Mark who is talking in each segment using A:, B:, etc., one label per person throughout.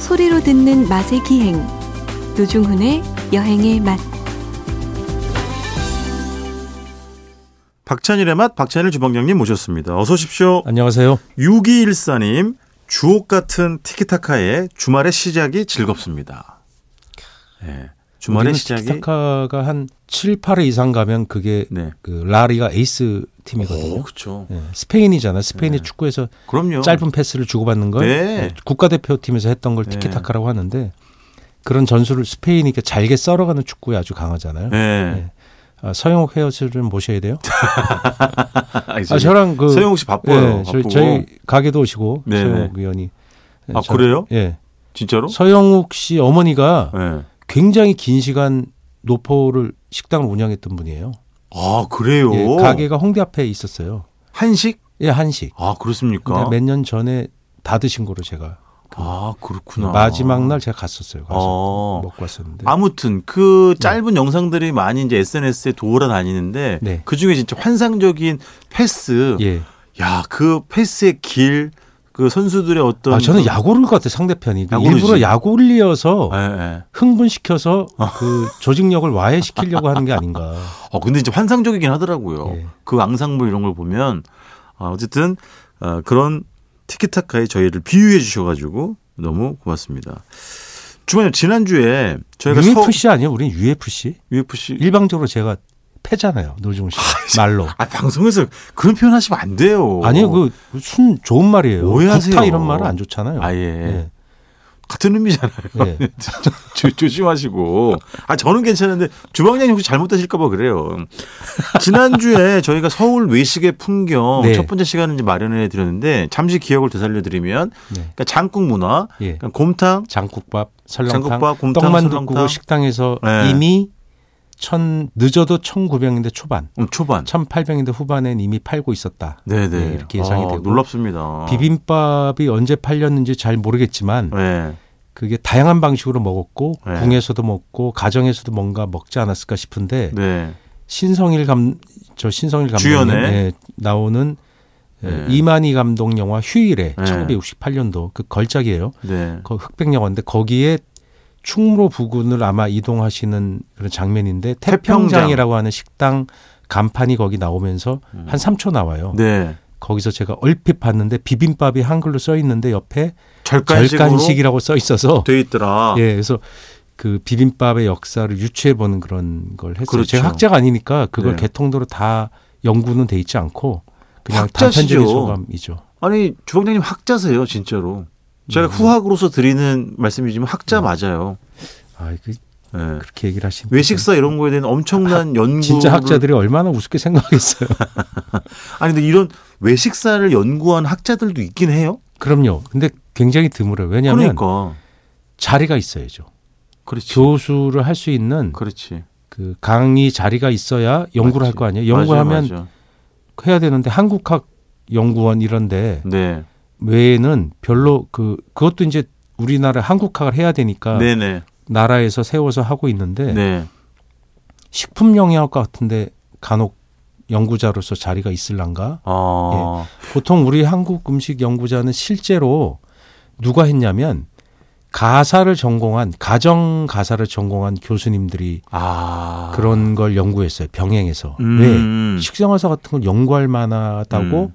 A: 소리로 듣는 맛의 기행 노중훈의 여행의 맛
B: 박찬일의 맛 박찬일 주방장님 모셨습니다. 어서 오십시오.
C: 안녕하세요.
B: 6214님 주옥 같은 티키타카의 주말의 시작이 즐겁습니다. 예. 주말의
C: 우리는
B: 시작이
C: 티키타카가 한 7, 8회 이상 가면 그게
B: 네.
C: 그 라리가 에이스 팀이거든요.
B: 그렇죠.
C: 예, 스페인이잖아. 스페인의 축구에서
B: 네. 그럼요.
C: 짧은 패스를 주고받는 걸
B: 그렇죠. 네.
C: 예, 국가대표팀에서 했던 걸
B: 네.
C: 티키타카라고 하는데 그런 전술을 스페인이 이렇게 잘게 썰어가는 축구에 아주 강하잖아요.
B: 예.
C: 예. 아, 서영욱 헤어스를 모셔야 돼요.
B: 아,
C: 아, 저랑 그
B: 서영 씨 바빠요.
C: 예, 저희,
B: 바쁘고.
C: 저희 가게도 오시고
B: 네,
C: 서영욱 의원이 예,
B: 아,
C: 저-
B: 그래요?
C: 예.
B: 진짜로?
C: 서영욱 씨 어머니가
B: 예.
C: 굉장히 긴 시간 노포를 식당을 운영했던 분이에요.
B: 아, 그래요.
C: 예, 가게가 홍대 앞에 있었어요.
B: 한식?
C: 예, 한식.
B: 아, 그렇습니까?
C: 근데 몇 년 전에 닫으신 거로 제가
B: 아, 그렇구나.
C: 마지막 날 제가 갔었어요. 가서
B: 아.
C: 먹고 왔었는데.
B: 아무튼 그 짧은 영상들이 많이 이제 SNS에 돌아다니는데
C: 네.
B: 그 중에 진짜 환상적인 패스,
C: 예.
B: 야 그 패스의 길, 그 선수들의 어떤
C: 아, 저는
B: 그-
C: 야구를 것 같아 상대편이 그
B: 야구를
C: 일부러
B: 지금-
C: 야구 올려서
B: 예, 예.
C: 흥분시켜서 그 조직력을 와해시키려고 하는 게 아닌가.
B: 어 근데 이제 환상적이긴 하더라고요.
C: 예.
B: 그 앙상블 이런 걸 보면 아, 어쨌든 어, 그런 티키타카에 저희를 비유해 주셔가지고 너무 고맙습니다. 주말에 지난주에 저희가 서
C: UFC 아니에요? 우린 UFC.
B: UFC
C: 일방적으로 제가 패잖아요. 노중 씨 말로.
B: 아 방송에서 그런 표현하시면 안 돼요.
C: 아니요 그 순 좋은 말이에요.
B: 오해하세요.
C: 구타 이런 말은 안 좋잖아요.
B: 아예
C: 예.
B: 같은 의미잖아요.
C: 예.
B: 조, 조심하시고. 아, 저는 괜찮은데 주방장님 혹시 잘못하실까봐 그래요. 지난주에 저희가 서울 외식의 풍경
C: 네.
B: 첫 번째 시간을 이제 마련해 드렸는데 잠시 기억을 되살려드리면
C: 네.
B: 그러니까 장국 문화,
C: 예.
B: 그러니까 곰탕,
C: 장국밥, 설렁탕,
B: 장국밥, 곰탕, 설렁탕.
C: 떡만둣국을 식당에서
B: 네.
C: 이미 천 늦어도 1,900년대 초반,
B: 음, 초반.
C: 1,800년대 후반엔 이미 팔고 있었다.
B: 네네.
C: 예, 이렇게 예상이
B: 아,
C: 되고
B: 놀랍습니다.
C: 비빔밥이 언제 팔렸는지 잘 모르겠지만
B: 네.
C: 그게 다양한 방식으로 먹었고
B: 네.
C: 궁에서도 먹고 가정에서도 뭔가 먹지 않았을까 싶은데
B: 네.
C: 신성일 감 저 신성일 감독님
B: 주연의?
C: 예, 나오는
B: 네.
C: 예, 이만희 감독 영화 휴일에
B: 네.
C: 1968년도 그 걸작이에요.
B: 네.
C: 그 흑백 영화인데 거기에 충무로 부근을 아마 이동하시는 그런 장면인데
B: 태평장.
C: 태평장이라고 하는 식당 간판이 거기 나오면서
B: 음.
C: 한 3초 나와요.
B: 네.
C: 거기서 제가 얼핏 봤는데 비빔밥이 한글로 써 있는데 옆에
B: 절간식으로
C: 절간식이라고 써 있어서
B: 돼 있더라.
C: 예, 그래서 그 비빔밥의 역사를 유추해 보는 그런 걸 했어요.
B: 그렇죠.
C: 제가 학자가 아니니까 그걸
B: 네.
C: 개통도로 다 연구는 돼 있지 않고 그냥
B: 학자시죠.
C: 단편적인 소감이죠.
B: 아니 주방장님 학자세요 진짜로. 제가 후학으로서 드리는 말씀이지만 학자 맞아요.
C: 아, 그,
B: 예.
C: 그렇게 얘기를 하시면
B: 외식사 이런 거에 대한 엄청난 연구
C: 아, 진짜 학자들이 얼마나 우습게 생각했어요.
B: 아니 근데 이런 외식사를 연구한 학자들도 있긴 해요.
C: 그럼요. 근데 굉장히 드물어요. 왜냐하면
B: 그러니까
C: 자리가 있어야죠.
B: 그렇지.
C: 교수를 할 수 있는
B: 그렇지.
C: 그 강의 자리가 있어야 연구를 할 거 아니에요. 연구하면
B: 맞아, 맞아.
C: 해야 되는데 한국학 연구원 이런데
B: 네.
C: 외에는 별로 그 그것도 이제 우리나라 한국학을 해야 되니까
B: 네네.
C: 나라에서 세워서 하고 있는데
B: 네.
C: 식품 영양학과 같은데 간혹 연구자로서 자리가 있을란가?
B: 아.
C: 예. 보통 우리 한국 음식 연구자는 실제로 누가 했냐면 가사를 전공한 가정 가사를 전공한 교수님들이
B: 아.
C: 그런 걸 연구했어요. 병행해서.
B: 음.
C: 왜? 식생활사 같은 걸 연구할 만하다고
B: 음.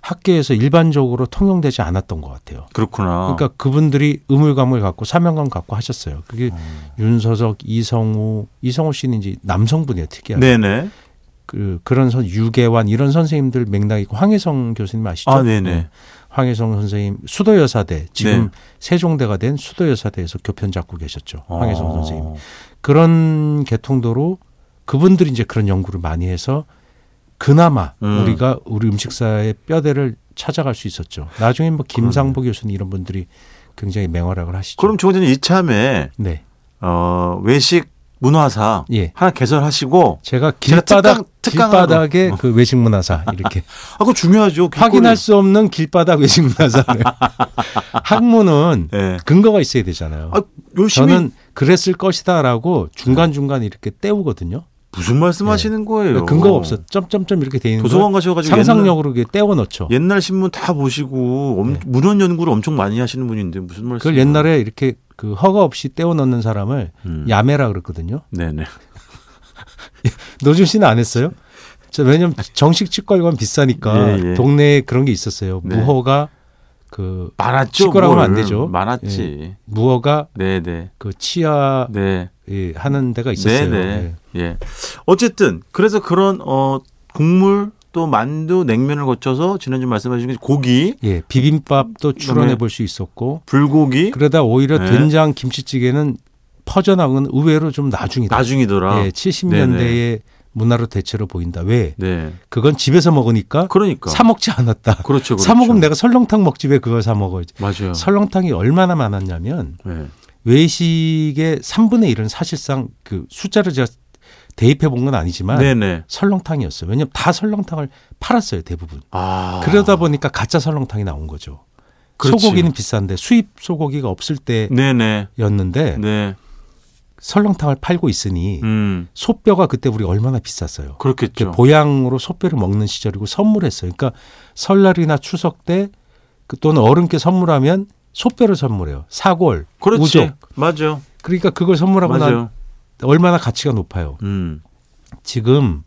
C: 학계에서 일반적으로 통용되지 않았던 것 같아요.
B: 그렇구나.
C: 그러니까 그분들이 의무감을 갖고 사명감 갖고 하셨어요. 그게
B: 아.
C: 윤서석, 이성우, 이성우 씨는 이제 남성분이에요, 특이하게.
B: 네네.
C: 그 그런 선 유계환 이런 선생님들 맥락 있고 황혜성 교수님 아시죠?
B: 아, 네네.
C: 황혜성 선생님 수도 여사대 지금
B: 네.
C: 세종대가 된 수도 여사대에서 교편 잡고 계셨죠. 황혜성
B: 아.
C: 선생님. 그런 개통도로 그분들이 이제 그런 연구를 많이 해서 그나마
B: 음.
C: 우리가 우리 음식사의 뼈대를 찾아갈 수 있었죠. 나중에 뭐 김상복 교수님 이런 분들이 굉장히 맹활약을 하시죠.
B: 그럼 조원장님 이참에
C: 네.
B: 어, 외식 문화사
C: 예.
B: 하나 개설하시고
C: 제가
B: 제가 특강-
C: 길바닥
B: 특강으로.
C: 길바닥의 그 외식 문화사 이렇게
B: 아 그거 중요하죠. 길거리.
C: 확인할 수 없는 길바닥 외식 문화사 학문은
B: 예.
C: 근거가 있어야 되잖아요.
B: 아, 열심히
C: 저는 그랬을 것이다라고 중간 중간 이렇게 때우거든요.
B: 무슨 말씀하시는 거예요?
C: 네. 근거가 없어. 점점점 이렇게 돼 있는
B: 도서관
C: 걸
B: 가셔가지고
C: 상상력으로 이게 떼어 넣죠.
B: 옛날, 옛날 신문 다 보시고 엄-
C: 네.
B: 문헌 연구를 엄청 많이 하시는 분인데 무슨 말씀?
C: 그걸 옛날에 이렇게 그 허가 없이 떼어 넣는 사람을
B: 음.
C: 야매라 그랬거든요.
B: 네네.
C: 노준 씨는 안 했어요? 저 왜냐면 정식 치과관 비싸니까
B: 예, 예.
C: 동네에 그런 게 있었어요.
B: 네.
C: 무허가 그
B: 많았죠.
C: 치과라고 하면 안
B: 뭘.
C: 되죠. 예.
B: 많았지.
C: 무허가
B: 네네.
C: 그 치아
B: 네.
C: 예, 하는 데가 있었어요.
B: 네네.
C: 예.
B: 예. 어쨌든 그래서 그런 어 국물 또 만두 냉면을 거쳐서 지난주 말씀하신 게 고기,
C: 예, 비빔밥도
B: 그다음에
C: 출원해 볼 수 있었고
B: 불고기
C: 그러다 오히려
B: 네.
C: 된장 김치찌개는 퍼져나온 의외로 좀 나중이다.
B: 나중이더라.
C: 예, 70년대의 문화로 대체로 보인다. 왜?
B: 네.
C: 그건 집에서 먹으니까
B: 그러니까.
C: 사 먹지 않았다.
B: 그렇죠. 그렇죠.
C: 사 먹으면 내가 설렁탕 먹집에 그걸 사 먹어야지.
B: 맞아요.
C: 설렁탕이 얼마나 많았냐면
B: 네.
C: 외식의 3분의 1은 사실상 그 숫자를 제가 대입해 본 건 아니지만
B: 네네.
C: 설렁탕이었어요. 왜냐하면 다 설렁탕을 팔았어요 대부분.
B: 아.
C: 그러다 보니까 가짜 설렁탕이 나온 거죠.
B: 그렇지.
C: 소고기는 비싼데 수입 소고기가 없을
B: 네네.
C: 때였는데
B: 네.
C: 설렁탕을 팔고 있으니
B: 음.
C: 소뼈가 그때 우리 얼마나 비쌌어요. 이렇게
B: 그렇겠죠.
C: 보양으로 소뼈를 먹는 시절이고 선물했어요. 그러니까 설날이나 추석 때 그- 또는 어른께 선물하면 소뼈를 선물해요. 사골,
B: 그렇지.
C: 우족.
B: 그렇죠. 맞아.
C: 그러니까 그걸 선물하고 난
B: 맞아요.
C: 얼마나 가치가 높아요.
B: 음.
C: 지금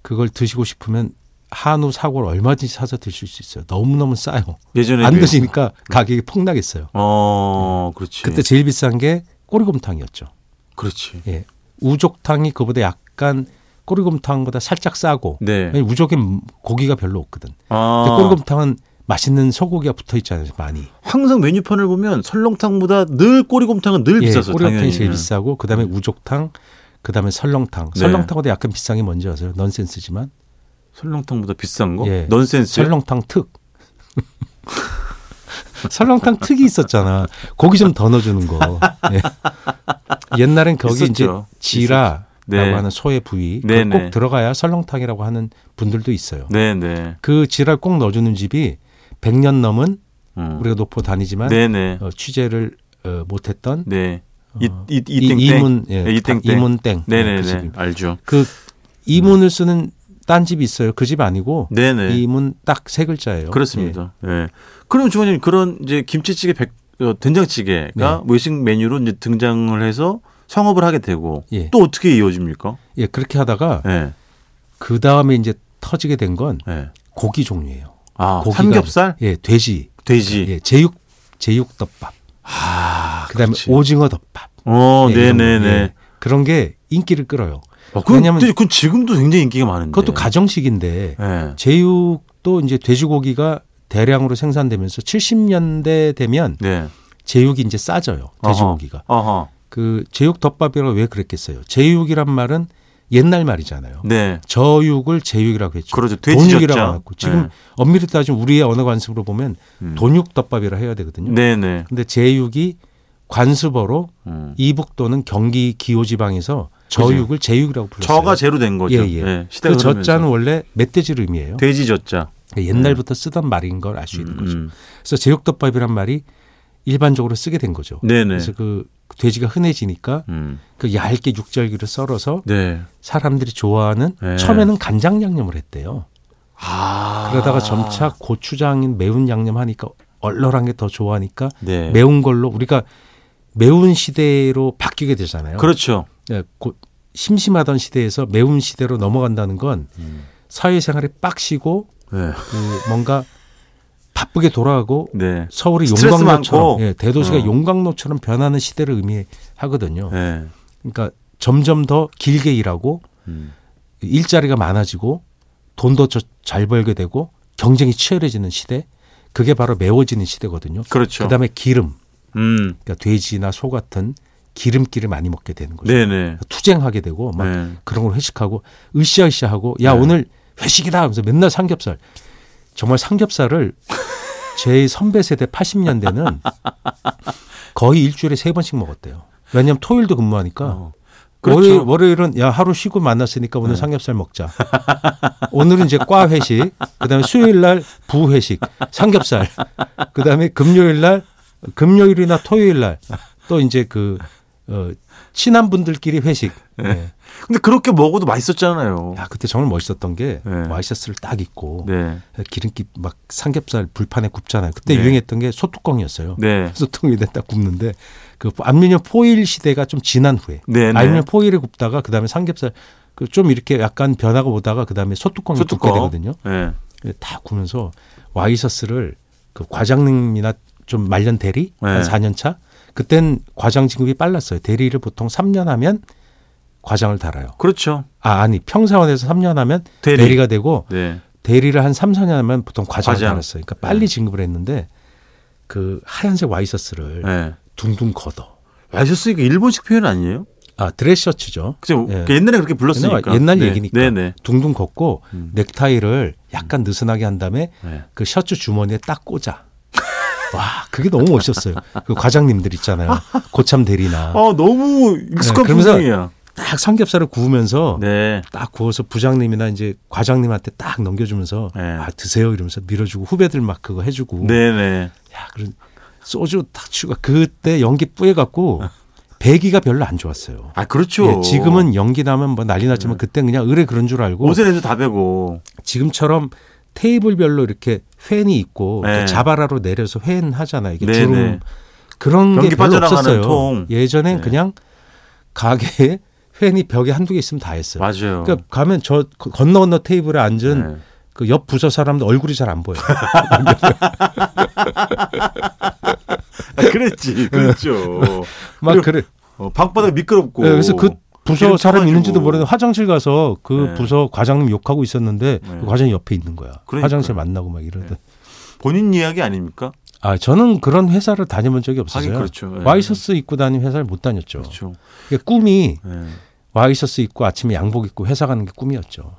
C: 그걸 드시고 싶으면 한우 사골 얼마든지 사서 드실 수 있어요. 너무너무 싸요.
B: 예전에
C: 안
B: 비해서.
C: 드시니까 가격이 폭락했어요.
B: 어, 그렇지.
C: 그때 제일 비싼 게 꼬리곰탕이었죠.
B: 그렇지.
C: 예. 우족탕이 그보다 약간 꼬리곰탕보다 살짝 싸고
B: 네.
C: 왜냐면 우족엔 고기가 별로 없거든.
B: 아.
C: 근데 꼬리곰탕은 맛있는 소고기가 붙어 있잖아요, 많이.
B: 항상 메뉴판을 보면 설렁탕보다 늘 꼬리곰탕은 늘
C: 예,
B: 비싸서
C: 꼬리곰탕이
B: 당연히.
C: 제일 비싸고 그다음에 우족탕, 그다음에 설렁탕.
B: 네.
C: 설렁탕보다 약간 비싼 게 뭔지 아세요? 넌센스지만
B: 설렁탕보다 비싼 거?
C: 예.
B: 뭐? 넌센스.
C: 설렁탕 특. 설렁탕 특이 있었잖아. 고기 좀 더 넣어주는 거. 예. 옛날엔 거기 이제
B: 있었죠.
C: 지라라고
B: 네.
C: 하는 소의 부위 그거
B: 네, 네.
C: 꼭 들어가야 설렁탕이라고 하는 분들도 있어요.
B: 네, 네.
C: 그 지라를 꼭 넣어주는 집이 100년 넘은
B: 음.
C: 우리가 놓고 다니지만
B: 네, 네.
C: 어, 취재를 어, 못했던
B: 네.
C: 어,
B: 이이
C: 이-
B: 땡땡.
C: 이문 예,
B: 네, 이
C: 다-
B: 땡땡.
C: 이문 땡.
B: 네,
C: 예,
B: 네,
C: 그
B: 네.
C: 집입니다.
B: 알죠.
C: 그 이문을 쓰는 딴 집이 있어요. 그 집 아니고
B: 네, 네.
C: 이문 딱 세 글자예요.
B: 그렇습니다. 예. 그럼 주원님 그런 이제 김치찌개 백 어,
C: 네.
B: 된장찌개가 외식 메뉴로 이제 등장을 해서 성업을 하게 되고
C: 예.
B: 또 어떻게 이어집니까?
C: 예, 그렇게 하다가
B: 예.
C: 그 다음에 이제 터지게 된 건
B: 예.
C: 고기 종류예요.
B: 아,
C: 고기가-
B: 삼겹살,
C: 예, 돼지,
B: 돼지.
C: 예, 제육, 제육 덮밥,
B: 아,
C: 그다음에
B: 그렇지.
C: 오징어 덮밥.
B: 어,
C: 예,
B: 네,
C: 이런 거.
B: 네, 네.
C: 예, 그런 게 인기를 끌어요.
B: 왜냐면
C: 왜냐면-
B: 그 지금도 굉장히 인기가 많은데.
C: 그것도 가정식인데
B: 예.
C: 제육도 이제 돼지고기가 대량으로 생산되면서 70년대 되면
B: 네.
C: 제육이 이제 싸져요. 돼지고기가.
B: 어허.
C: 그 제육 덮밥이라고 왜 그랬겠어요? 제육이란 말은 옛날 말이잖아요.
B: 네.
C: 저육을 제육이라고 했죠.
B: 그렇죠.
C: 돈육이라고
B: 돼지였죠.
C: 안 했고 지금
B: 네.
C: 엄밀히 따지면 우리의 언어 관습으로 보면
B: 음.
C: 돈육 덮밥이라 해야 되거든요.
B: 네, 네.
C: 근데 제육이 관습어로
B: 음.
C: 이북 또는 경기 기호 지방에서 저육을 제육이라고 불렀어요.
B: 저가 제로 된 거죠. 네,
C: 예, 예.
B: 시대가
C: 그
B: 흐르면서.
C: 젖자는 원래 멧돼지를 의미해요.
B: 돼지 젖자.
C: 옛날부터 쓰던 말인 걸 알 수 있는 거죠.
B: 음.
C: 그래서 제육덮밥이란 말이 일반적으로 쓰게 된 거죠.
B: 네, 네.
C: 그래서 그 돼지가 흔해지니까
B: 음.
C: 그 얇게 육절기를 썰어서
B: 네.
C: 사람들이 좋아하는
B: 네.
C: 처음에는 간장 양념을 했대요.
B: 아.
C: 그러다가 점차 고추장인 매운 양념 하니까 얼얼한 게 더 좋아하니까
B: 네.
C: 매운 걸로 우리가 매운 시대로 바뀌게 되잖아요.
B: 그렇죠.
C: 예, 고- 심심하던 시대에서 매운 시대로 넘어간다는 건
B: 음.
C: 사회생활이 빡시고
B: 네.
C: 그 뭔가 바쁘게 돌아가고
B: 네.
C: 서울이
B: 스트레스
C: 용광로처럼
B: 많고.
C: 예, 대도시가
B: 어.
C: 용광로처럼 변하는 시대를 의미하거든요.
B: 네.
C: 그러니까 점점 더 길게 일하고
B: 음.
C: 일자리가 많아지고 돈도 저- 잘 벌게 되고 경쟁이 치열해지는 시대 그게 바로 매워지는 시대거든요.
B: 그렇죠.
C: 다음에 기름
B: 음.
C: 그러니까 돼지나 소 같은 기름기를 많이 먹게 되는 거죠.
B: 네, 네.
C: 투쟁하게 되고 막
B: 네.
C: 그런 걸 회식하고 으쌰으쌰하고 야
B: 네.
C: 오늘 회식이다 하면서 맨날 삼겹살 정말 삼겹살을 제 선배 세대 80년대는 거의 일주일에 세 번씩 먹었대요. 왜냐하면 토요일도 근무하니까
B: 어. 그렇죠. 네.
C: 월요일, 월요일은 야 하루 쉬고 만났으니까 오늘 삼겹살 먹자. 오늘은 이제 과 회식, 그다음에 수요일 날부 회식, 삼겹살. 그다음에 금요일 날 금요일이나 토요일 날 또 이제 그 어, 친한 분들끼리 회식. 예.
B: 네. 근데 그렇게 먹어도 맛있었잖아요.
C: 야 그때 정말 멋있었던 게
B: 네.
C: 와이셔츠를 딱 입고
B: 네.
C: 기름기 막 삼겹살 불판에 굽잖아요. 그때
B: 네.
C: 유행했던 게 소뚜껑이었어요.
B: 네.
C: 소뚜껑에다 딱 굽는데 그 알루미늄 포일 시대가 좀 지난 후에
B: 네. 네.
C: 알루미늄 포일에 굽다가 그다음에 삼겹살 그 좀 이렇게 약간 변화가 오다가 그다음에 소뚜껑이 굽게 되거든요.
B: 네.
C: 다 구면서 와이셔츠를 그 과장님이나 좀 말년 대리
B: 네.
C: 한 4년 차 그땐 과장 진급이 빨랐어요. 대리를 보통 3년 하면 과장을 달아요.
B: 그렇죠.
C: 아 아니 평사원에서 3년 하면
B: 대리.
C: 대리. 가 되고
B: 네.
C: 대리를 한 3, 4년 하면 보통 과장을
B: 과장. 네.
C: 달았어요. 그러니까 빨리 진급을 했는데 그 하얀색 와이셔츠를
B: 네.
C: 둥둥 걷어.
B: 와이셔츠 이거 일본식 표현 아니에요?
C: 아 드레셔츠죠.
B: 그죠?
C: 예.
B: 옛날에 그렇게 불렀으니까.
C: 옛날
B: 네.
C: 얘기니까
B: 네네.
C: 둥둥 걷고
B: 음.
C: 넥타이를 약간 느슨하게 한 다음에
B: 네.
C: 그 셔츠 주머니에 딱 꽂아. 와, 그게 너무 멋있었어요. 그 과장님들 있잖아요. 고참 대리나.
B: 아 너무 익숙한
C: 네, 그러면서-
B: 풍경이야.
C: 딱 삼겹살을 구우면서
B: 네.
C: 딱 구워서 부장님이나 이제 과장님한테 딱 넘겨주면서
B: 네.
C: 아, 드세요 이러면서 밀어주고 후배들 막 그거 해주고.
B: 네네.
C: 야, 그런 소주 탁 추가. 그때 연기
B: 어.
C: 뿌여갖고 배기가 별로 안 좋았어요.
B: 아 그렇죠. 네.
C: 예, 지금은 뭐 연기 나면 뭐 난리 났지만 그땐 그냥 의뢰 그런 줄 알고
B: 옷에 대해서 다 베고.
C: 지금처럼 테이블별로 이렇게 팬이 있고
B: 네.
C: 이렇게 자바라로 내려서 팬 하잖아요. 이게
B: 네,
C: 주름
B: 네.
C: 그런 게
B: 경기
C: 별로
B: 빠져나가는
C: 없었어요.
B: 통.
C: 예전엔
B: 네.
C: 그냥 가게에 팬이 벽에 한두 개 있으면 다 했어요.
B: 맞아요.
C: 그러니까 가면 저 건너 건너 테이블에 앉은
B: 네.
C: 그 옆 부서 사람들 얼굴이 잘 안 보여요.
B: 아, 그랬지. 그랬죠.
C: 네. 막
B: 그리고-
C: 그래.
B: 어, 방바닥 미끄럽고.
C: 네, 그래서 그 부서
B: 기름
C: 사람
B: 쳐가지고.
C: 있는지도 모르는데 화장실 가서 그
B: 네.
C: 부서 과장님 욕하고 있었는데
B: 네.
C: 그 과장님 옆에 있는 거야.
B: 그러니까요.
C: 화장실 만나고 막 이러다.
B: 본인 이야기 아닙니까?
C: 아 저는 그런 회사를 다녀본 적이
B: 하긴
C: 없어요.
B: 그렇죠. 예.
C: 와이셔츠 입고 다니는 회사를 못 다녔죠.
B: 그렇죠.
C: 그러니까 꿈이
B: 예.
C: 와이셔츠 입고 아침에 양복 입고 회사 가는 게 꿈이었죠.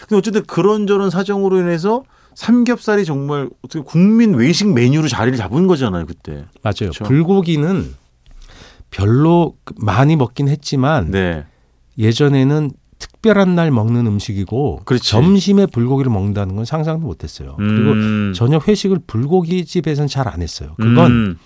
B: 근데 어쨌든 그런저런 사정으로 인해서 삼겹살이 정말 어떻게 국민 외식 메뉴로 자리를 잡은 거잖아요 그때.
C: 맞아요.
B: 그렇죠.
C: 불고기는 별로 많이 먹긴 했지만
B: 네.
C: 예전에는 특별한 날 먹는 음식이고
B: 그렇지.
C: 점심에 불고기를 먹는다는 건 상상도 못했어요. 그리고
B: 음.
C: 저녁 회식을 불고기 집에서는 잘 안 했어요. 그건
B: 음.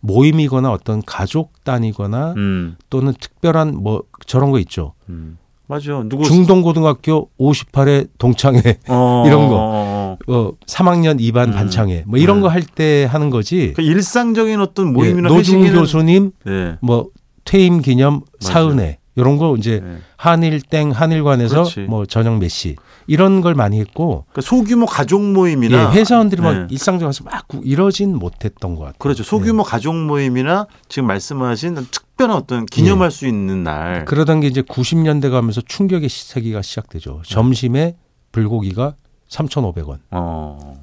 C: 모임이거나 어떤 가족 단위거나
B: 음.
C: 또는 특별한 뭐 저런 거 있죠.
B: 음. 맞아. 누구
C: 중동고등학교 58회 동창회
B: 어,
C: 이런 거.
B: 어, 어.
C: 어, 3학년 2반
B: 음.
C: 반창회 뭐 이런
B: 네.
C: 거 할 때 하는 거지.
B: 그 일상적인 어떤 모임이나
C: 예, 노중
B: 회식에는
C: 교수님
B: 네.
C: 뭐 퇴임 기념
B: 맞아요.
C: 사은회 이런 거 이제
B: 네.
C: 한일 땡 한일관에서
B: 그렇지.
C: 뭐 저녁 몇 시 이런 걸 많이 했고
B: 그러니까 소규모 가족
C: 예,
B: 모임이나
C: 회사원들이
B: 네.
C: 막 일상적으로 가서 막 구- 이러진 못했던 것 같아요.
B: 그렇죠. 소규모
C: 예.
B: 가족 모임이나 지금 말씀하신 특별한 어떤
C: 예.
B: 기념할 수 있는 날.
C: 네. 그러던 게 이제 90년대 가면서 충격의 세기가 시작되죠. 점심에 불고기가 3,500원.
B: 어.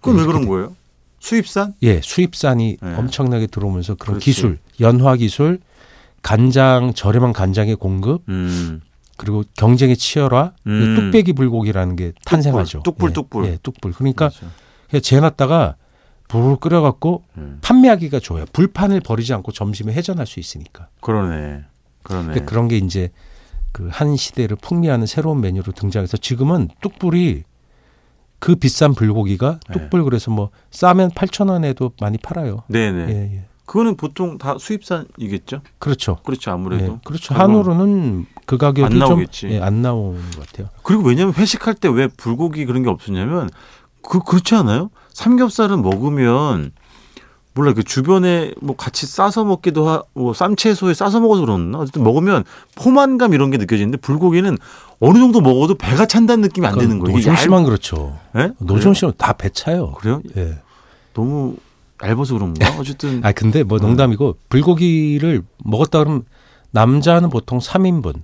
B: 그건 왜 그런 거예요? 수입산?
C: 예, 수입산이
B: 네.
C: 엄청나게 들어오면서 그런
B: 그렇지.
C: 기술, 연화 기술, 간장 저렴한 간장의 공급
B: 음.
C: 그리고 경쟁의 치열화,
B: 음.
C: 뚝배기 불고기라는 게 탄생하죠.
B: 뚝불,
C: 예,
B: 뚝불.
C: 예, 뚝불. 그러니까
B: 그렇죠.
C: 그냥 재놨다가 불을 끓여갖고
B: 음.
C: 판매하기가 좋아요. 불판을 버리지 않고 점심에 해전할 수 있으니까.
B: 그러네. 그러네.
C: 근데 그런 게 이제 그 한 시대를 풍미하는 새로운 메뉴로 등장해서 지금은 뚝불이 그 비싼 불고기가
B: 네.
C: 뚝불 그래서 뭐 싸면 8천 원에도 많이 팔아요.
B: 네네.
C: 예, 예.
B: 그거는 보통 다 수입산이겠죠?
C: 그렇죠.
B: 그렇죠. 아무래도.
C: 예, 그렇죠.
B: 그건-
C: 한우로는 그 가격이
B: 안 나오겠지.
C: 좀 예, 안 나오는 것 같아요.
B: 그리고 왜냐면 회식할 때 왜 불고기 그런 게 없었냐면 그 그렇지 않아요? 삼겹살은 먹으면 몰라 그 주변에 뭐 같이 싸서 먹기도 하뭐 쌈채소에 싸서 먹어서 그렇나 어쨌든 먹으면 포만감 이런 게 느껴지는데 불고기는 어느 정도 먹어도 배가 찬다는 느낌이 안 드는 거예요. 이게
C: 그러니까 노종 씨만 그렇죠.
B: 얇- 예?
C: 노종 씨는 다 배차요.
B: 그래요? 그래요?
C: 예.
B: 너무 네. 얇아서 그런가? 어쨌든
C: 아 근데
B: 음.
C: 뭐 농담이고 불고기를 먹었다 그러면 남자는 보통 3인분,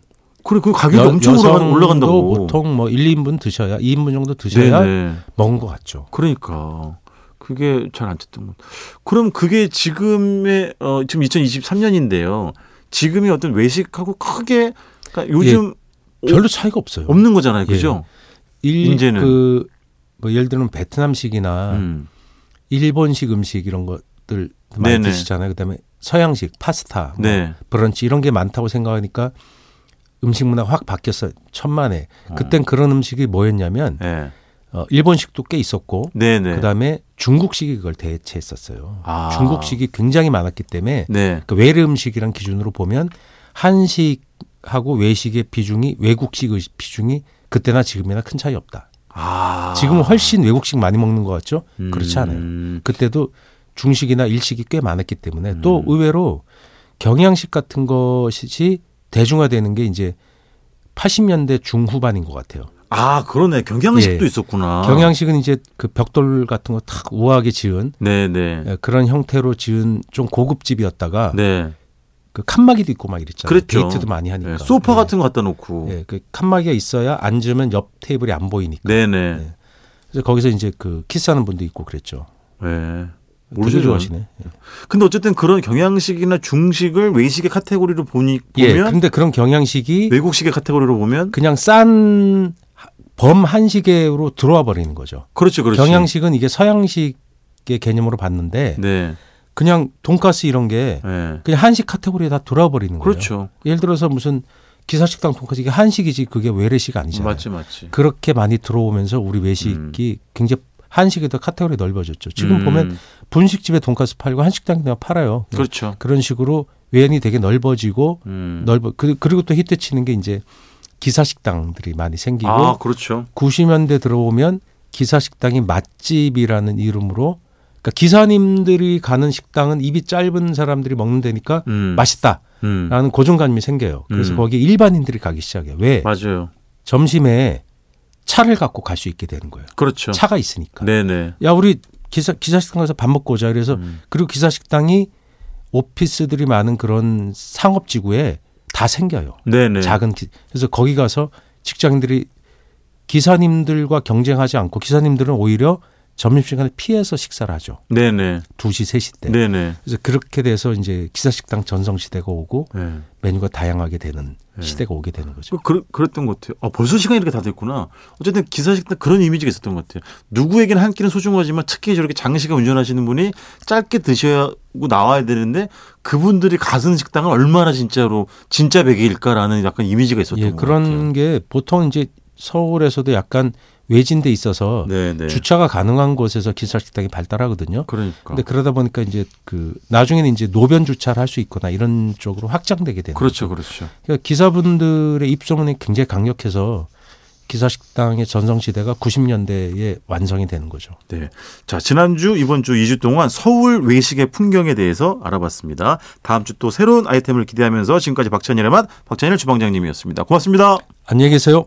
B: 그래 그 가격이 엄청 올라가- 올라간다고.
C: 보통 뭐 1, 2인분 드셔야 2인분 정도 드셔야
B: 네네.
C: 먹은 것 같죠.
B: 그러니까 그게 잘 안 됐던 것. 그럼 그게 지금의 어 지금 2023년인데요. 지금의 어떤 외식하고 크게 그러니까 요즘
C: 별로 차이가 없어요.
B: 없는 거잖아요, 그죠?
C: 일,
B: 이제는.
C: 그, 뭐 예를 들면 베트남식이나
B: 음.
C: 일본식 음식 이런 것들 많이
B: 네네.
C: 드시잖아요. 그다음에 서양식 파스타, 뭐
B: 네.
C: 브런치 이런 게 많다고 생각하니까 음식 문화 가확 바뀌었어요. 천만에. 그땐 그런 음식이 뭐였냐면
B: 음. 네.
C: 어, 일본식도 꽤 있었고
B: 네네.
C: 그다음에 중국식이 그걸 대체했었어요.
B: 아.
C: 중국식이 굉장히 많았기 때문에
B: 네.
C: 그 외래 음식이란 기준으로 보면 한식하고 외식의 비중이 외국식 의 비중이 그때나 지금이나 큰 차이 없다.
B: 아.
C: 지금은 훨씬 외국식 많이 먹는 것 같죠? 그렇지 않아요.
B: 음.
C: 그때도 중식이나 일식이 꽤 많았기 때문에 또 의외로 경양식 같은 것이 대중화되는 게 이제 80년대 중후반인 것 같아요.
B: 아, 그러네. 경양식도
C: 예.
B: 있었구나.
C: 경양식은 이제 그 벽돌 같은 거 탁 우아하게 지은
B: 네네.
C: 예, 그런 형태로 지은 좀 고급집이었다가
B: 네.
C: 그 칸막이도 있고 막 이랬잖아요.
B: 그랬죠.
C: 데이트도 많이 하니까.
B: 네, 소파
C: 예.
B: 같은 거 갖다 놓고.
C: 예, 그 칸막이가 있어야 앉으면 옆 테이블이 안 보이니까.
B: 네네.
C: 네. 그래서 거기서 이제 그 키스하는 분도 있고 그랬죠.
B: 네.
C: 되게
B: 모르죠. 저는.
C: 좋아하시네.
B: 근데 어쨌든 그런 경양식이나 중식을 외식의 카테고리로 보니
C: 예.
B: 보면
C: 근데 그런 경양식이
B: 외국식의 카테고리로 보면
C: 그냥 싼 범한식으로 들어와 버리는 거죠.
B: 그렇죠, 그렇죠.
C: 경양식은 이게 서양식의 개념으로 봤는데
B: 네,
C: 그냥 돈가스 이런 게
B: 네.
C: 그냥 한식 카테고리에 다 들어와 버리는 거예요.
B: 그렇죠.
C: 예를 들어서 무슨 기사식당 돈가스 이게 한식이지 그게 외래식 아니잖아요.
B: 맞지, 맞지.
C: 그렇게 많이 들어오면서 우리 외식이 굉장히 한식에도 카테고리 넓어졌죠. 지금
B: 음.
C: 보면 분식집에 돈가스 팔고 한식당에 그냥 팔아요.
B: 그렇죠.
C: 런 식으로 외연이 되게 넓어지고
B: 음.
C: 넓어 그- 그리고 또 히트 치는 게 이제 기사식당들이 많이 생기고
B: 아, 그렇죠.
C: 90년대 들어오면 기사식당이 맛집이라는 이름으로 그러니까 기사님들이 가는 식당은 입이 짧은 사람들이 먹는 데니까
B: 음.
C: 맛있다.
B: 음.
C: 라는 고정관념이 생겨요. 그래서
B: 음.
C: 거기 일반인들이 가기 시작해요. 왜?
B: 맞아요.
C: 점심에 차를 갖고 갈 수 있게 되는 거예요.
B: 그렇죠.
C: 차가 있으니까.
B: 네, 네.
C: 야, 우리 기사, 기사식당 가서 밥 먹고 오자. 그래서
B: 음.
C: 그리고 기사식당이 오피스들이 많은 그런 상업지구에 다 생겨요.
B: 네, 네.
C: 작은 기, 그래서 거기 가서 직장인들이 기사님들과 경쟁하지 않고 기사님들은 오히려 점심시간을 피해서 식사를 하죠.
B: 네, 네.
C: 2시, 3시 때.
B: 네, 네.
C: 그래서 그렇게 돼서 이제 기사식당 전성시대가 오고
B: 네.
C: 메뉴가 다양하게 되는
B: 네.
C: 시대가 오게 되는 거죠.
B: 그, 그, 그랬던 것 같아요. 아, 벌써 시간이 이렇게 다 됐구나. 어쨌든 기사식당 그런 이미지가 있었던 것 같아요. 누구에게나 한 끼는 소중하지만 특히 저렇게 장시간 운전하시는 분이 짧게 드시고 나와야 되는데 그분들이 가는 식당은 얼마나 진짜로 진짜 베개일까라는 약간 이미지가 있었던
C: 예,
B: 것 같아요.
C: 그런 게 보통 이제 서울에서도 약간 외진데 있어서
B: 네, 네.
C: 주차가 가능한 곳에서 기사식당이 발달하거든요.
B: 그러니까.
C: 근데 그러다 보니까 이제 그 나중에는 이제 노변 주차를 할 수 있거나 이런 쪽으로 확장되게 되는
B: 그렇죠, 그렇죠.
C: 그러니까 기사분들의 입소문이 굉장히 강력해서 기사식당의 전성시대가 90년대에 완성이 되는 거죠.
B: 네. 자, 지난주, 이번 주 2주 동안 서울 외식의 풍경에 대해서 알아봤습니다. 다음 주 또 새로운 아이템을 기대하면서 지금까지 박찬일의 맛, 박찬일 주방장님이었습니다. 고맙습니다.
C: 안녕히 계세요.